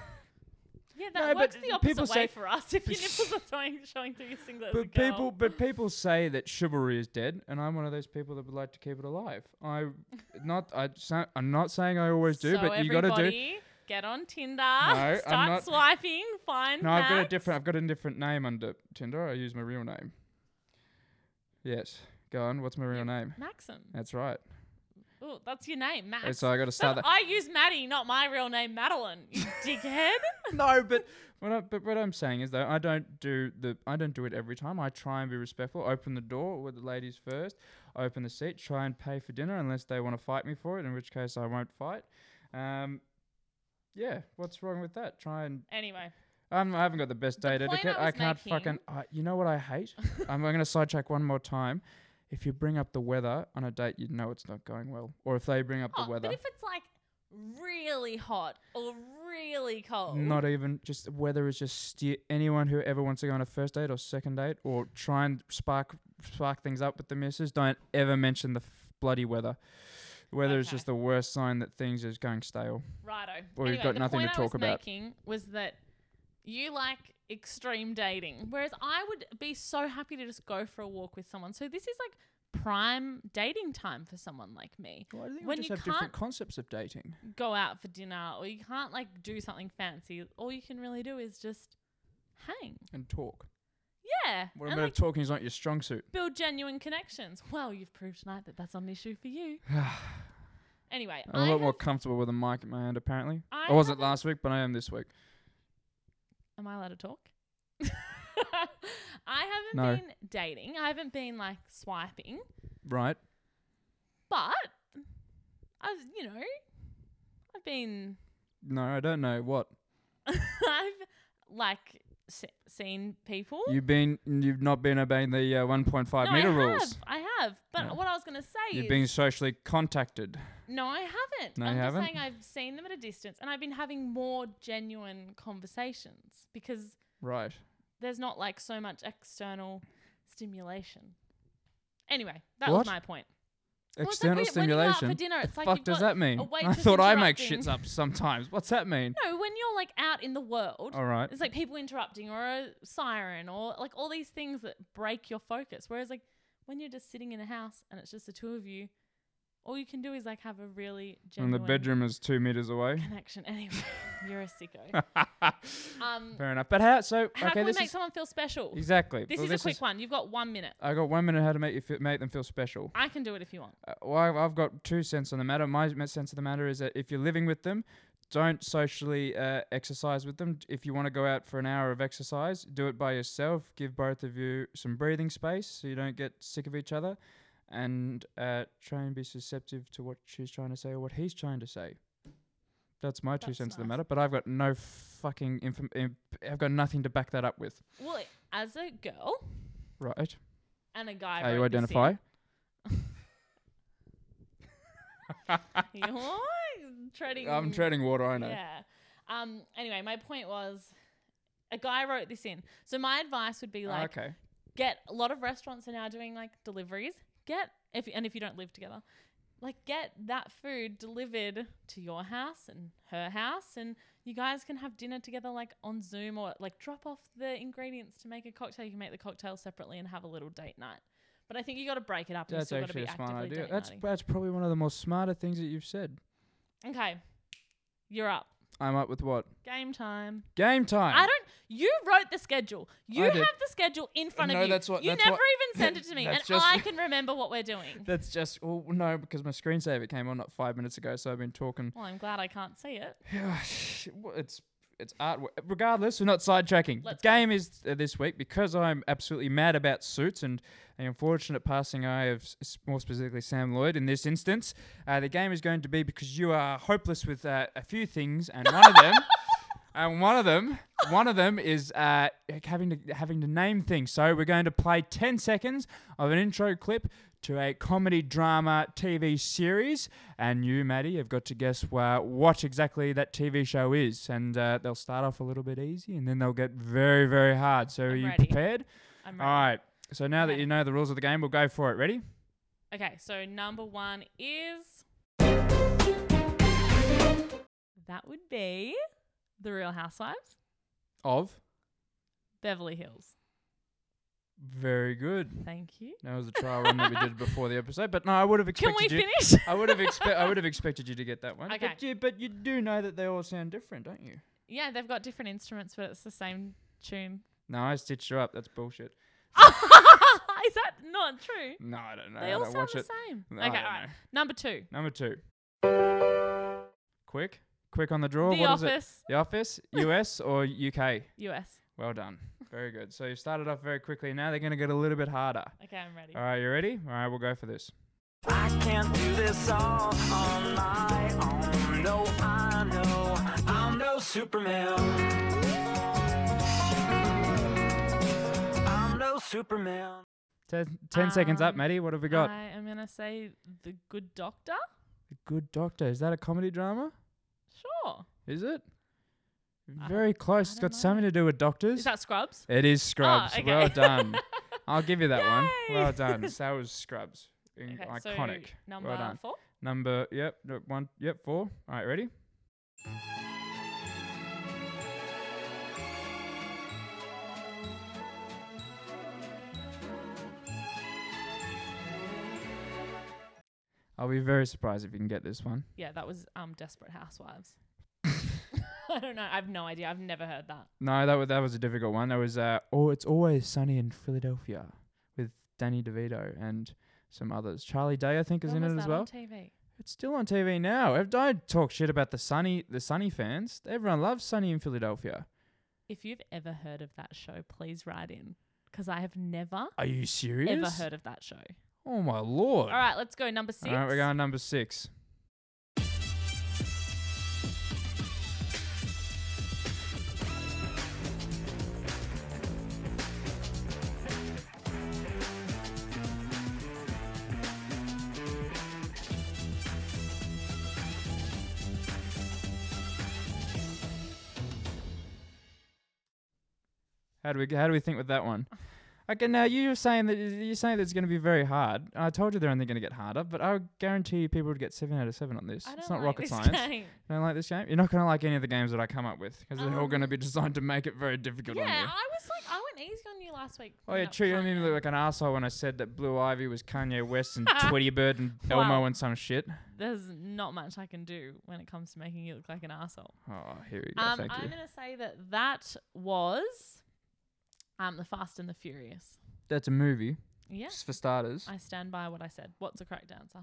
Speaker 2: Yeah,
Speaker 1: No,
Speaker 2: that
Speaker 1: but
Speaker 2: works the opposite
Speaker 1: people
Speaker 2: way
Speaker 1: say-
Speaker 2: for
Speaker 1: *laughs*
Speaker 2: us if your nipples are showing, showing through your singlet. as a
Speaker 1: but
Speaker 2: girl.
Speaker 1: people but people say that chivalry is dead, and I'm one of those people that would like to keep it alive.
Speaker 2: *laughs*
Speaker 1: I not I sa- I'm not saying I always do,
Speaker 2: so
Speaker 1: but you got to do.
Speaker 2: everybody, Get on Tinder.
Speaker 1: I'm
Speaker 2: start
Speaker 1: not-
Speaker 2: swiping. Find.
Speaker 1: No, I've got a
Speaker 2: Max.
Speaker 1: different I've got a different name under Tinder. I use my real name. Yes, go on. What's my real name?
Speaker 2: Maxim.
Speaker 1: That's right.
Speaker 2: Oh, that's your name, Max.
Speaker 1: So I got to start
Speaker 2: That's-
Speaker 1: that.
Speaker 2: I use Maddie, not my real name, Madeline. You dickhead.
Speaker 1: *laughs* no, but what I, but what I'm saying is though I don't do the I don't do it every time. I try and be respectful. Open the door with the ladies first. Open the seat. Try and pay for dinner unless they want to fight me for it. In which case I won't fight. Um, yeah, what's wrong with that? Try and
Speaker 2: Anyway,
Speaker 1: um, I haven't got the best
Speaker 2: The
Speaker 1: date
Speaker 2: point I
Speaker 1: etiquette. I,
Speaker 2: was
Speaker 1: can't
Speaker 2: making-
Speaker 1: fucking. I you know what I
Speaker 2: *laughs*
Speaker 1: hate? I'm, going to sidetrack one more time. If you bring up the weather on a date, you know it's not going well. Or if they bring up
Speaker 2: oh,
Speaker 1: the weather,
Speaker 2: but if it's like really hot or really cold,
Speaker 1: Not even just whether it's just steer anyone who ever wants to go on a first date or second date or try and spark spark things up with the missus. Don't ever mention the f- bloody weather. Weather is
Speaker 2: Okay.
Speaker 1: just the worst sign that things is going stale.
Speaker 2: righto.
Speaker 1: Well, we've
Speaker 2: anyway,
Speaker 1: got
Speaker 2: the
Speaker 1: nothing to
Speaker 2: point I was
Speaker 1: talk about.
Speaker 2: Making was that you like extreme dating, whereas I would be so happy to just go for a walk with someone. So this is like prime dating time for someone like me.
Speaker 1: Well, I think
Speaker 2: we When just you have different can't-
Speaker 1: concepts of dating.
Speaker 2: go out for dinner or you can't like do something fancy. All you can really do is just hang.
Speaker 1: And talk.
Speaker 2: Yeah.
Speaker 1: What
Speaker 2: and
Speaker 1: about
Speaker 2: like
Speaker 1: if talking is not your strong suit?
Speaker 2: build genuine connections. Well, you've proved tonight that that's not an issue
Speaker 1: *sighs*
Speaker 2: for you. anyway,
Speaker 1: I'm a
Speaker 2: I
Speaker 1: lot more
Speaker 2: have-
Speaker 1: comfortable with a mic in my hand, apparently.
Speaker 2: I
Speaker 1: I, wasn't
Speaker 2: haven't-
Speaker 1: last week, but I am this week.
Speaker 2: Am I allowed to talk? *laughs* I haven't
Speaker 1: No.
Speaker 2: been dating. I haven't been like swiping,
Speaker 1: Right?
Speaker 2: but I've, you know, I've been *laughs*
Speaker 1: No, I don't know what.
Speaker 2: I've like se- seen people.
Speaker 1: You've been you've not been obeying the uh, 1.5
Speaker 2: no,
Speaker 1: meter
Speaker 2: I
Speaker 1: rules.
Speaker 2: have. I have. But
Speaker 1: Yeah.
Speaker 2: what I was going to say
Speaker 1: You've
Speaker 2: is
Speaker 1: been socially contacted.
Speaker 2: No, I haven't.
Speaker 1: No, you
Speaker 2: I'm just
Speaker 1: haven't?
Speaker 2: saying I've seen them at a distance and I've been having more genuine conversations because
Speaker 1: Right.
Speaker 2: there's not like so much external stimulation. Anyway, that
Speaker 1: What?
Speaker 2: was my point. Well, it's
Speaker 1: External
Speaker 2: like when-
Speaker 1: stimulation.
Speaker 2: When you out for dinner, it's like
Speaker 1: Fuck
Speaker 2: you've
Speaker 1: does
Speaker 2: got-
Speaker 1: that mean? *laughs*
Speaker 2: a
Speaker 1: I
Speaker 2: waitress
Speaker 1: thought I make shits
Speaker 2: interrupting.
Speaker 1: up sometimes. What's that mean?
Speaker 2: No, when you're like out in the world,
Speaker 1: All right.
Speaker 2: *laughs* it's like people interrupting or a siren or like all these things that break your focus. Whereas like when you're just sitting in a house and it's just the two of you, all you can do is like have a really
Speaker 1: And
Speaker 2: genuine
Speaker 1: the bedroom is two meters away.
Speaker 2: connection anyway. *laughs* You're a
Speaker 1: *laughs*
Speaker 2: sicko. um,
Speaker 1: Fair enough. But how? So
Speaker 2: how
Speaker 1: okay,
Speaker 2: can we
Speaker 1: this
Speaker 2: make
Speaker 1: is
Speaker 2: someone feel special?
Speaker 1: exactly.
Speaker 2: This
Speaker 1: well,
Speaker 2: is a quick one. You've got one minute.
Speaker 1: I got one minute how to make you fe- make them feel special.
Speaker 2: I can do it if you want.
Speaker 1: Uh, well, I've- I've got two cents on the matter. My m- sense of the matter is that if you're living with them, don't socially uh, exercise with them. If you want to go out for an hour of exercise, do it by yourself. Give both of you some breathing space so you don't get sick of each other, and uh, try and be susceptive to what she's trying to say or what he's trying to say. That's my two
Speaker 2: That's
Speaker 1: cents of the
Speaker 2: nice.
Speaker 1: matter. But I've got no fucking inform- imp- I've got nothing to back that up with.
Speaker 2: Well, as a girl
Speaker 1: Right?
Speaker 2: and a guy.
Speaker 1: How you
Speaker 2: wrote this in. *laughs*
Speaker 1: identify? *laughs*
Speaker 2: *laughs* You're treading.
Speaker 1: I'm treading water. I know.
Speaker 2: Yeah. Um. Anyway, my point was, a guy wrote this in. So my advice would be
Speaker 1: Oh,
Speaker 2: like,
Speaker 1: okay.
Speaker 2: get a lot of restaurants are now doing like deliveries. Get if and if you don't live together, like get that food delivered to your house and her house, and you guys can have dinner together like on Zoom or like drop off the ingredients to make a cocktail. You can make the cocktail separately and have a little date night. But I think you got to break it up. and you
Speaker 1: That's
Speaker 2: still got to
Speaker 1: actually
Speaker 2: be
Speaker 1: a smart
Speaker 2: actively
Speaker 1: idea.
Speaker 2: date
Speaker 1: That's
Speaker 2: nighting.
Speaker 1: that's probably one of the most smarter things that you've said.
Speaker 2: Okay, you're up.
Speaker 1: I'm up with what?
Speaker 2: Game time.
Speaker 1: Game time.
Speaker 2: I don't. You wrote the schedule. You have
Speaker 1: did.
Speaker 2: the schedule in front
Speaker 1: No,
Speaker 2: of you.
Speaker 1: that's what-
Speaker 2: you
Speaker 1: that's
Speaker 2: never
Speaker 1: what-
Speaker 2: even sent it to me,
Speaker 1: *laughs*
Speaker 2: and
Speaker 1: That's just-
Speaker 2: I can remember what we're doing.
Speaker 1: That's just oh no, because my screensaver came on not five minutes ago, so I've been talking. *sighs*
Speaker 2: Well, I'm glad I can't see it.
Speaker 1: Well, it's it's artwork. Regardless, we're not sidetracking.
Speaker 2: Let's
Speaker 1: the game is uh, this week because I'm absolutely mad about suits and the unfortunate passing eye of s- s- more specifically Sam Lloyd in this instance. Uh, the game is going to be because you are hopeless with uh, a few things, and one of
Speaker 2: *laughs*
Speaker 1: them. And one of them, one of them is uh, having to having to name things. So we're going to play ten seconds of an intro clip to a comedy drama TV series, and you, Maddie, have got to guess uh, what exactly that TV show is. And uh, they'll start off a little bit easy, and then they'll get very, very hard. So are
Speaker 2: I'm
Speaker 1: you
Speaker 2: ready.
Speaker 1: prepared?
Speaker 2: I'm
Speaker 1: All
Speaker 2: right.
Speaker 1: right. So now that
Speaker 2: Okay.
Speaker 1: you know the rules of the game, we'll go for it. Ready?
Speaker 2: Okay, so number one is that would be the Real Housewives,
Speaker 1: Of
Speaker 2: Beverly Hills.
Speaker 1: very good.
Speaker 2: Thank you.
Speaker 1: That was the trial run that we did before the episode. But no, I would have
Speaker 2: Can
Speaker 1: expected
Speaker 2: we
Speaker 1: you.
Speaker 2: finish? *laughs*
Speaker 1: I would have expe- I would have expected you to get that one.
Speaker 2: Okay.
Speaker 1: But you, but you do know that they all sound different, don't you?
Speaker 2: yeah, they've got different instruments, but it's the same tune. *laughs*
Speaker 1: No, I stitched her up. That's bullshit.
Speaker 2: is that not true?
Speaker 1: No, I don't know.
Speaker 2: They
Speaker 1: I
Speaker 2: all
Speaker 1: don't
Speaker 2: sound
Speaker 1: watch
Speaker 2: the
Speaker 1: it.
Speaker 2: same.
Speaker 1: No, I
Speaker 2: okay, all
Speaker 1: don't
Speaker 2: right.
Speaker 1: know.
Speaker 2: Number two,
Speaker 1: Number two. Quick, quick on the draw. What
Speaker 2: The
Speaker 1: is it?
Speaker 2: Office,
Speaker 1: The Office, US or UK?
Speaker 2: US.
Speaker 1: Well done. Very good. So you started off very quickly. Now they're going to get a little bit harder.
Speaker 2: Okay, I'm ready.
Speaker 1: All right, you ready? All right, we'll go for this.
Speaker 3: I can't do this all on my own. No, I know I'm no Superman. I'm no Superman.
Speaker 1: Ten, ten seconds up,
Speaker 2: Um,
Speaker 1: Maddie. What have we got?
Speaker 2: I am gonna say the Good Doctor.
Speaker 1: the Good Doctor. Is that a comedy drama?
Speaker 2: Sure.
Speaker 1: Is it?
Speaker 2: I-
Speaker 1: Very close.
Speaker 2: I
Speaker 1: It's
Speaker 2: don't
Speaker 1: got something to do with doctors.
Speaker 2: Is that Scrubs?
Speaker 1: It is Scrubs.
Speaker 2: okay.
Speaker 1: Well
Speaker 2: *laughs*
Speaker 1: done. I'll give you that
Speaker 2: Yay.
Speaker 1: one. Well done. So that was Scrubs. In-
Speaker 2: Okay, so
Speaker 1: Iconic.
Speaker 2: number
Speaker 1: well done.
Speaker 2: four.
Speaker 1: Number, yep, no, one, yep, four. All right, ready? I'll be very surprised if you can get this one.
Speaker 2: Yeah, that was um Desperate Housewives. *laughs* I don't know. I have no idea. I've never heard that.
Speaker 1: No, that was that was a difficult one. That was uh, oh, it's always sunny in Philadelphia with Danny DeVito and some others. Charlie Day, I think, is in
Speaker 2: When was
Speaker 1: it as
Speaker 2: that on
Speaker 1: well.
Speaker 2: TV.
Speaker 1: It's still on TV now. If- Don't talk shit about the sunny the sunny fans. Everyone loves sunny in Philadelphia.
Speaker 2: If you've ever heard of that show, please write in because I have never
Speaker 1: Are you serious?
Speaker 2: ever heard of that show.
Speaker 1: Oh my lord!
Speaker 2: All right, let's go number six.
Speaker 1: All right, we're going number six. How do we how do we think with that one? Okay, now uh, you were saying that you're saying that it's going to be very hard. I told you they're only going to get harder, but I guarantee you people would get seven out of seven on this.
Speaker 2: I don't
Speaker 1: It's not
Speaker 2: like
Speaker 1: rocket
Speaker 2: this
Speaker 1: science.
Speaker 2: game.
Speaker 1: You don't like this game? You're not going to like any of the games that I come up with because they're all
Speaker 2: Um,
Speaker 1: going to be designed to make it very difficult
Speaker 2: Yeah,
Speaker 1: on you.
Speaker 2: I was like, I went easy on you last week.
Speaker 1: Oh yeah,
Speaker 2: about
Speaker 1: true. You made me
Speaker 2: Kanye.
Speaker 1: look like an asshole when I said that Blue Ivy was Kanye West
Speaker 2: *laughs*
Speaker 1: and Tweety Bird and
Speaker 2: Wow.
Speaker 1: Elmo and some shit.
Speaker 2: There's not much I can do when it comes to making you look like an asshole.
Speaker 1: Oh, here we go.
Speaker 2: Um,
Speaker 1: Thank
Speaker 2: I'm
Speaker 1: you.
Speaker 2: going to say that that was um, The Fast and the Furious.
Speaker 1: That's a movie,
Speaker 2: Yeah.
Speaker 1: just for starters.
Speaker 2: I stand by what I said. What's the correct answer?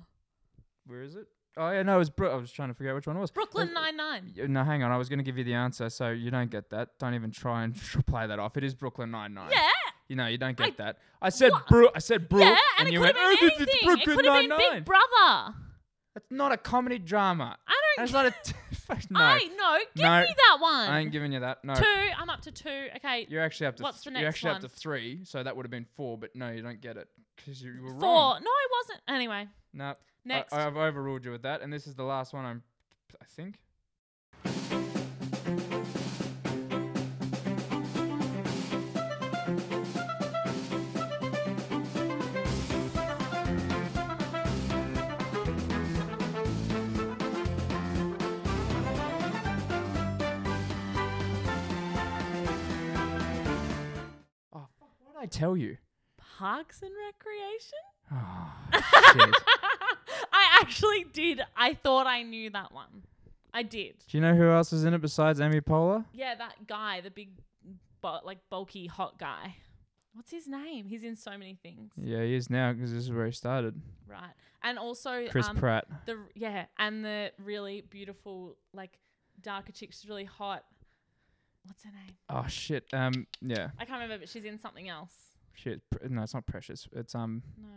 Speaker 1: Where is it? Oh yeah, no, it was. Bro- I was trying to figure out which one it was.
Speaker 2: *laughs* Brooklyn
Speaker 1: Uh,
Speaker 2: Nine-Nine.
Speaker 1: Yeah, No, hang on. I was going to give you the answer, so you don't get that. Don't even try and *laughs* tr- play that off. It is Brooklyn Nine Nine.
Speaker 2: Yeah.
Speaker 1: You know, you don't
Speaker 2: I-
Speaker 1: get that. I said
Speaker 2: What?
Speaker 1: Bru. I said Bru.
Speaker 2: yeah. And, it
Speaker 1: you
Speaker 2: could have
Speaker 1: went, "Oh,
Speaker 2: been anything.
Speaker 1: it's
Speaker 2: It
Speaker 1: Brooklyn
Speaker 2: could have been
Speaker 1: Nine
Speaker 2: Big
Speaker 1: Nine.
Speaker 2: Brother.
Speaker 1: That's not a comedy drama.
Speaker 2: I don't
Speaker 1: That's not a. T- *laughs* fuck, no.
Speaker 2: I no, give
Speaker 1: No.
Speaker 2: me that one.
Speaker 1: I ain't giving you that. No.
Speaker 2: two. I'm up to two. Okay,
Speaker 1: You're actually up to.
Speaker 2: What's the
Speaker 1: You're
Speaker 2: next
Speaker 1: actually
Speaker 2: one?
Speaker 1: up to three, so that would have been four. But no, you don't get it because you, you were
Speaker 2: four.
Speaker 1: wrong.
Speaker 2: No, I wasn't. Anyway,
Speaker 1: No. I-
Speaker 2: next.
Speaker 1: I, I've overruled you with that, and this is the last one. I'm. I think. Oh, fuck, what did I tell you?
Speaker 2: Parks and Recreation. *laughs*
Speaker 1: Oh, shit.
Speaker 2: I actually did. I thought I knew that one. I did.
Speaker 1: Do you know who else was in it besides Amy Poehler?
Speaker 2: Yeah, that guy, the big, bu- like bulky hot guy. What's his name? He's in so many things.
Speaker 1: Yeah, he is now because this is where he started.
Speaker 2: Right. And also
Speaker 1: Chris
Speaker 2: um,
Speaker 1: Pratt.
Speaker 2: The r- yeah, and the really beautiful like darker chick. She's really hot. What's her name?
Speaker 1: Oh shit. Um. Yeah.
Speaker 2: I can't remember, but she's in something else.
Speaker 1: Shit. Pr- No, it's not Precious. It's um.
Speaker 2: No.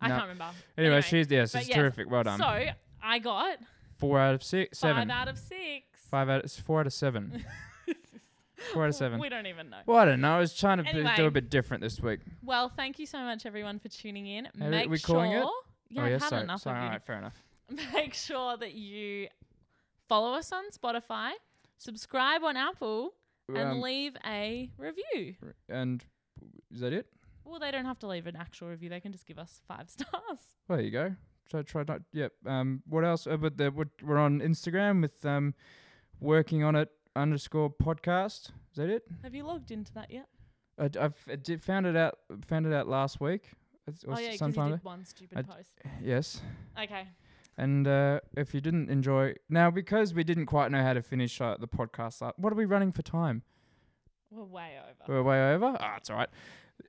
Speaker 2: I
Speaker 1: No.
Speaker 2: can't remember.
Speaker 1: Anyway, she's yeah,
Speaker 2: but
Speaker 1: she's
Speaker 2: yes,
Speaker 1: terrific. Well done.
Speaker 2: So I got
Speaker 1: four out of six, seven.
Speaker 2: five out of six.
Speaker 1: Five out. It's four out of
Speaker 2: *laughs*
Speaker 1: seven. four out of seven.
Speaker 2: We don't even know.
Speaker 1: Well, I don't know. I was trying to
Speaker 2: Anyway.
Speaker 1: be, do a bit different this week.
Speaker 2: Well, thank you so much, everyone, for tuning in.
Speaker 1: we-
Speaker 2: Make
Speaker 1: we
Speaker 2: sure.
Speaker 1: calling it?
Speaker 2: Yeah,
Speaker 1: oh yeah.
Speaker 2: I've had
Speaker 1: Sorry.
Speaker 2: enough
Speaker 1: sorry. All
Speaker 2: of you. *laughs*
Speaker 1: right. Fair enough.
Speaker 2: Make sure that you follow us on Spotify, subscribe on Apple,
Speaker 1: Um,
Speaker 2: and leave a review.
Speaker 1: and is that it?
Speaker 2: Well, they don't have to leave an actual review. They can just give us five *laughs* stars.
Speaker 1: Well, there you go. So try not. Yep. Um. What else? Uh, but the, what, we're on Instagram with um, working on it underscore podcast. Is that it?
Speaker 2: Have you logged into that yet?
Speaker 1: I, d- I've I did, found it out found it out last week. It's- or
Speaker 2: oh yeah, because you
Speaker 1: sometime.
Speaker 2: did one stupid
Speaker 1: I d-
Speaker 2: post.
Speaker 1: Yes,
Speaker 2: Okay.
Speaker 1: and uh, if you didn't enjoy now because we didn't quite know how to finish uh, the podcast up. What are we running for time?
Speaker 2: We're way over.
Speaker 1: We're way over. Ah, it's all right.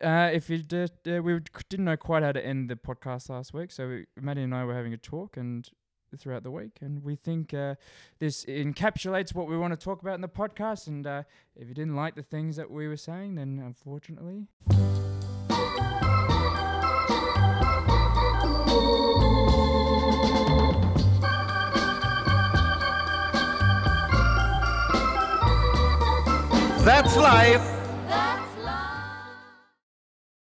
Speaker 1: Uh, if you did, uh, we c- didn't know quite how to end the podcast last week, so we, Maddie and I were having a talk and throughout the week, and we think uh, this encapsulates what we want to talk about in the podcast. And uh, if you didn't like the things that we were saying, then unfortunately,
Speaker 3: That's life.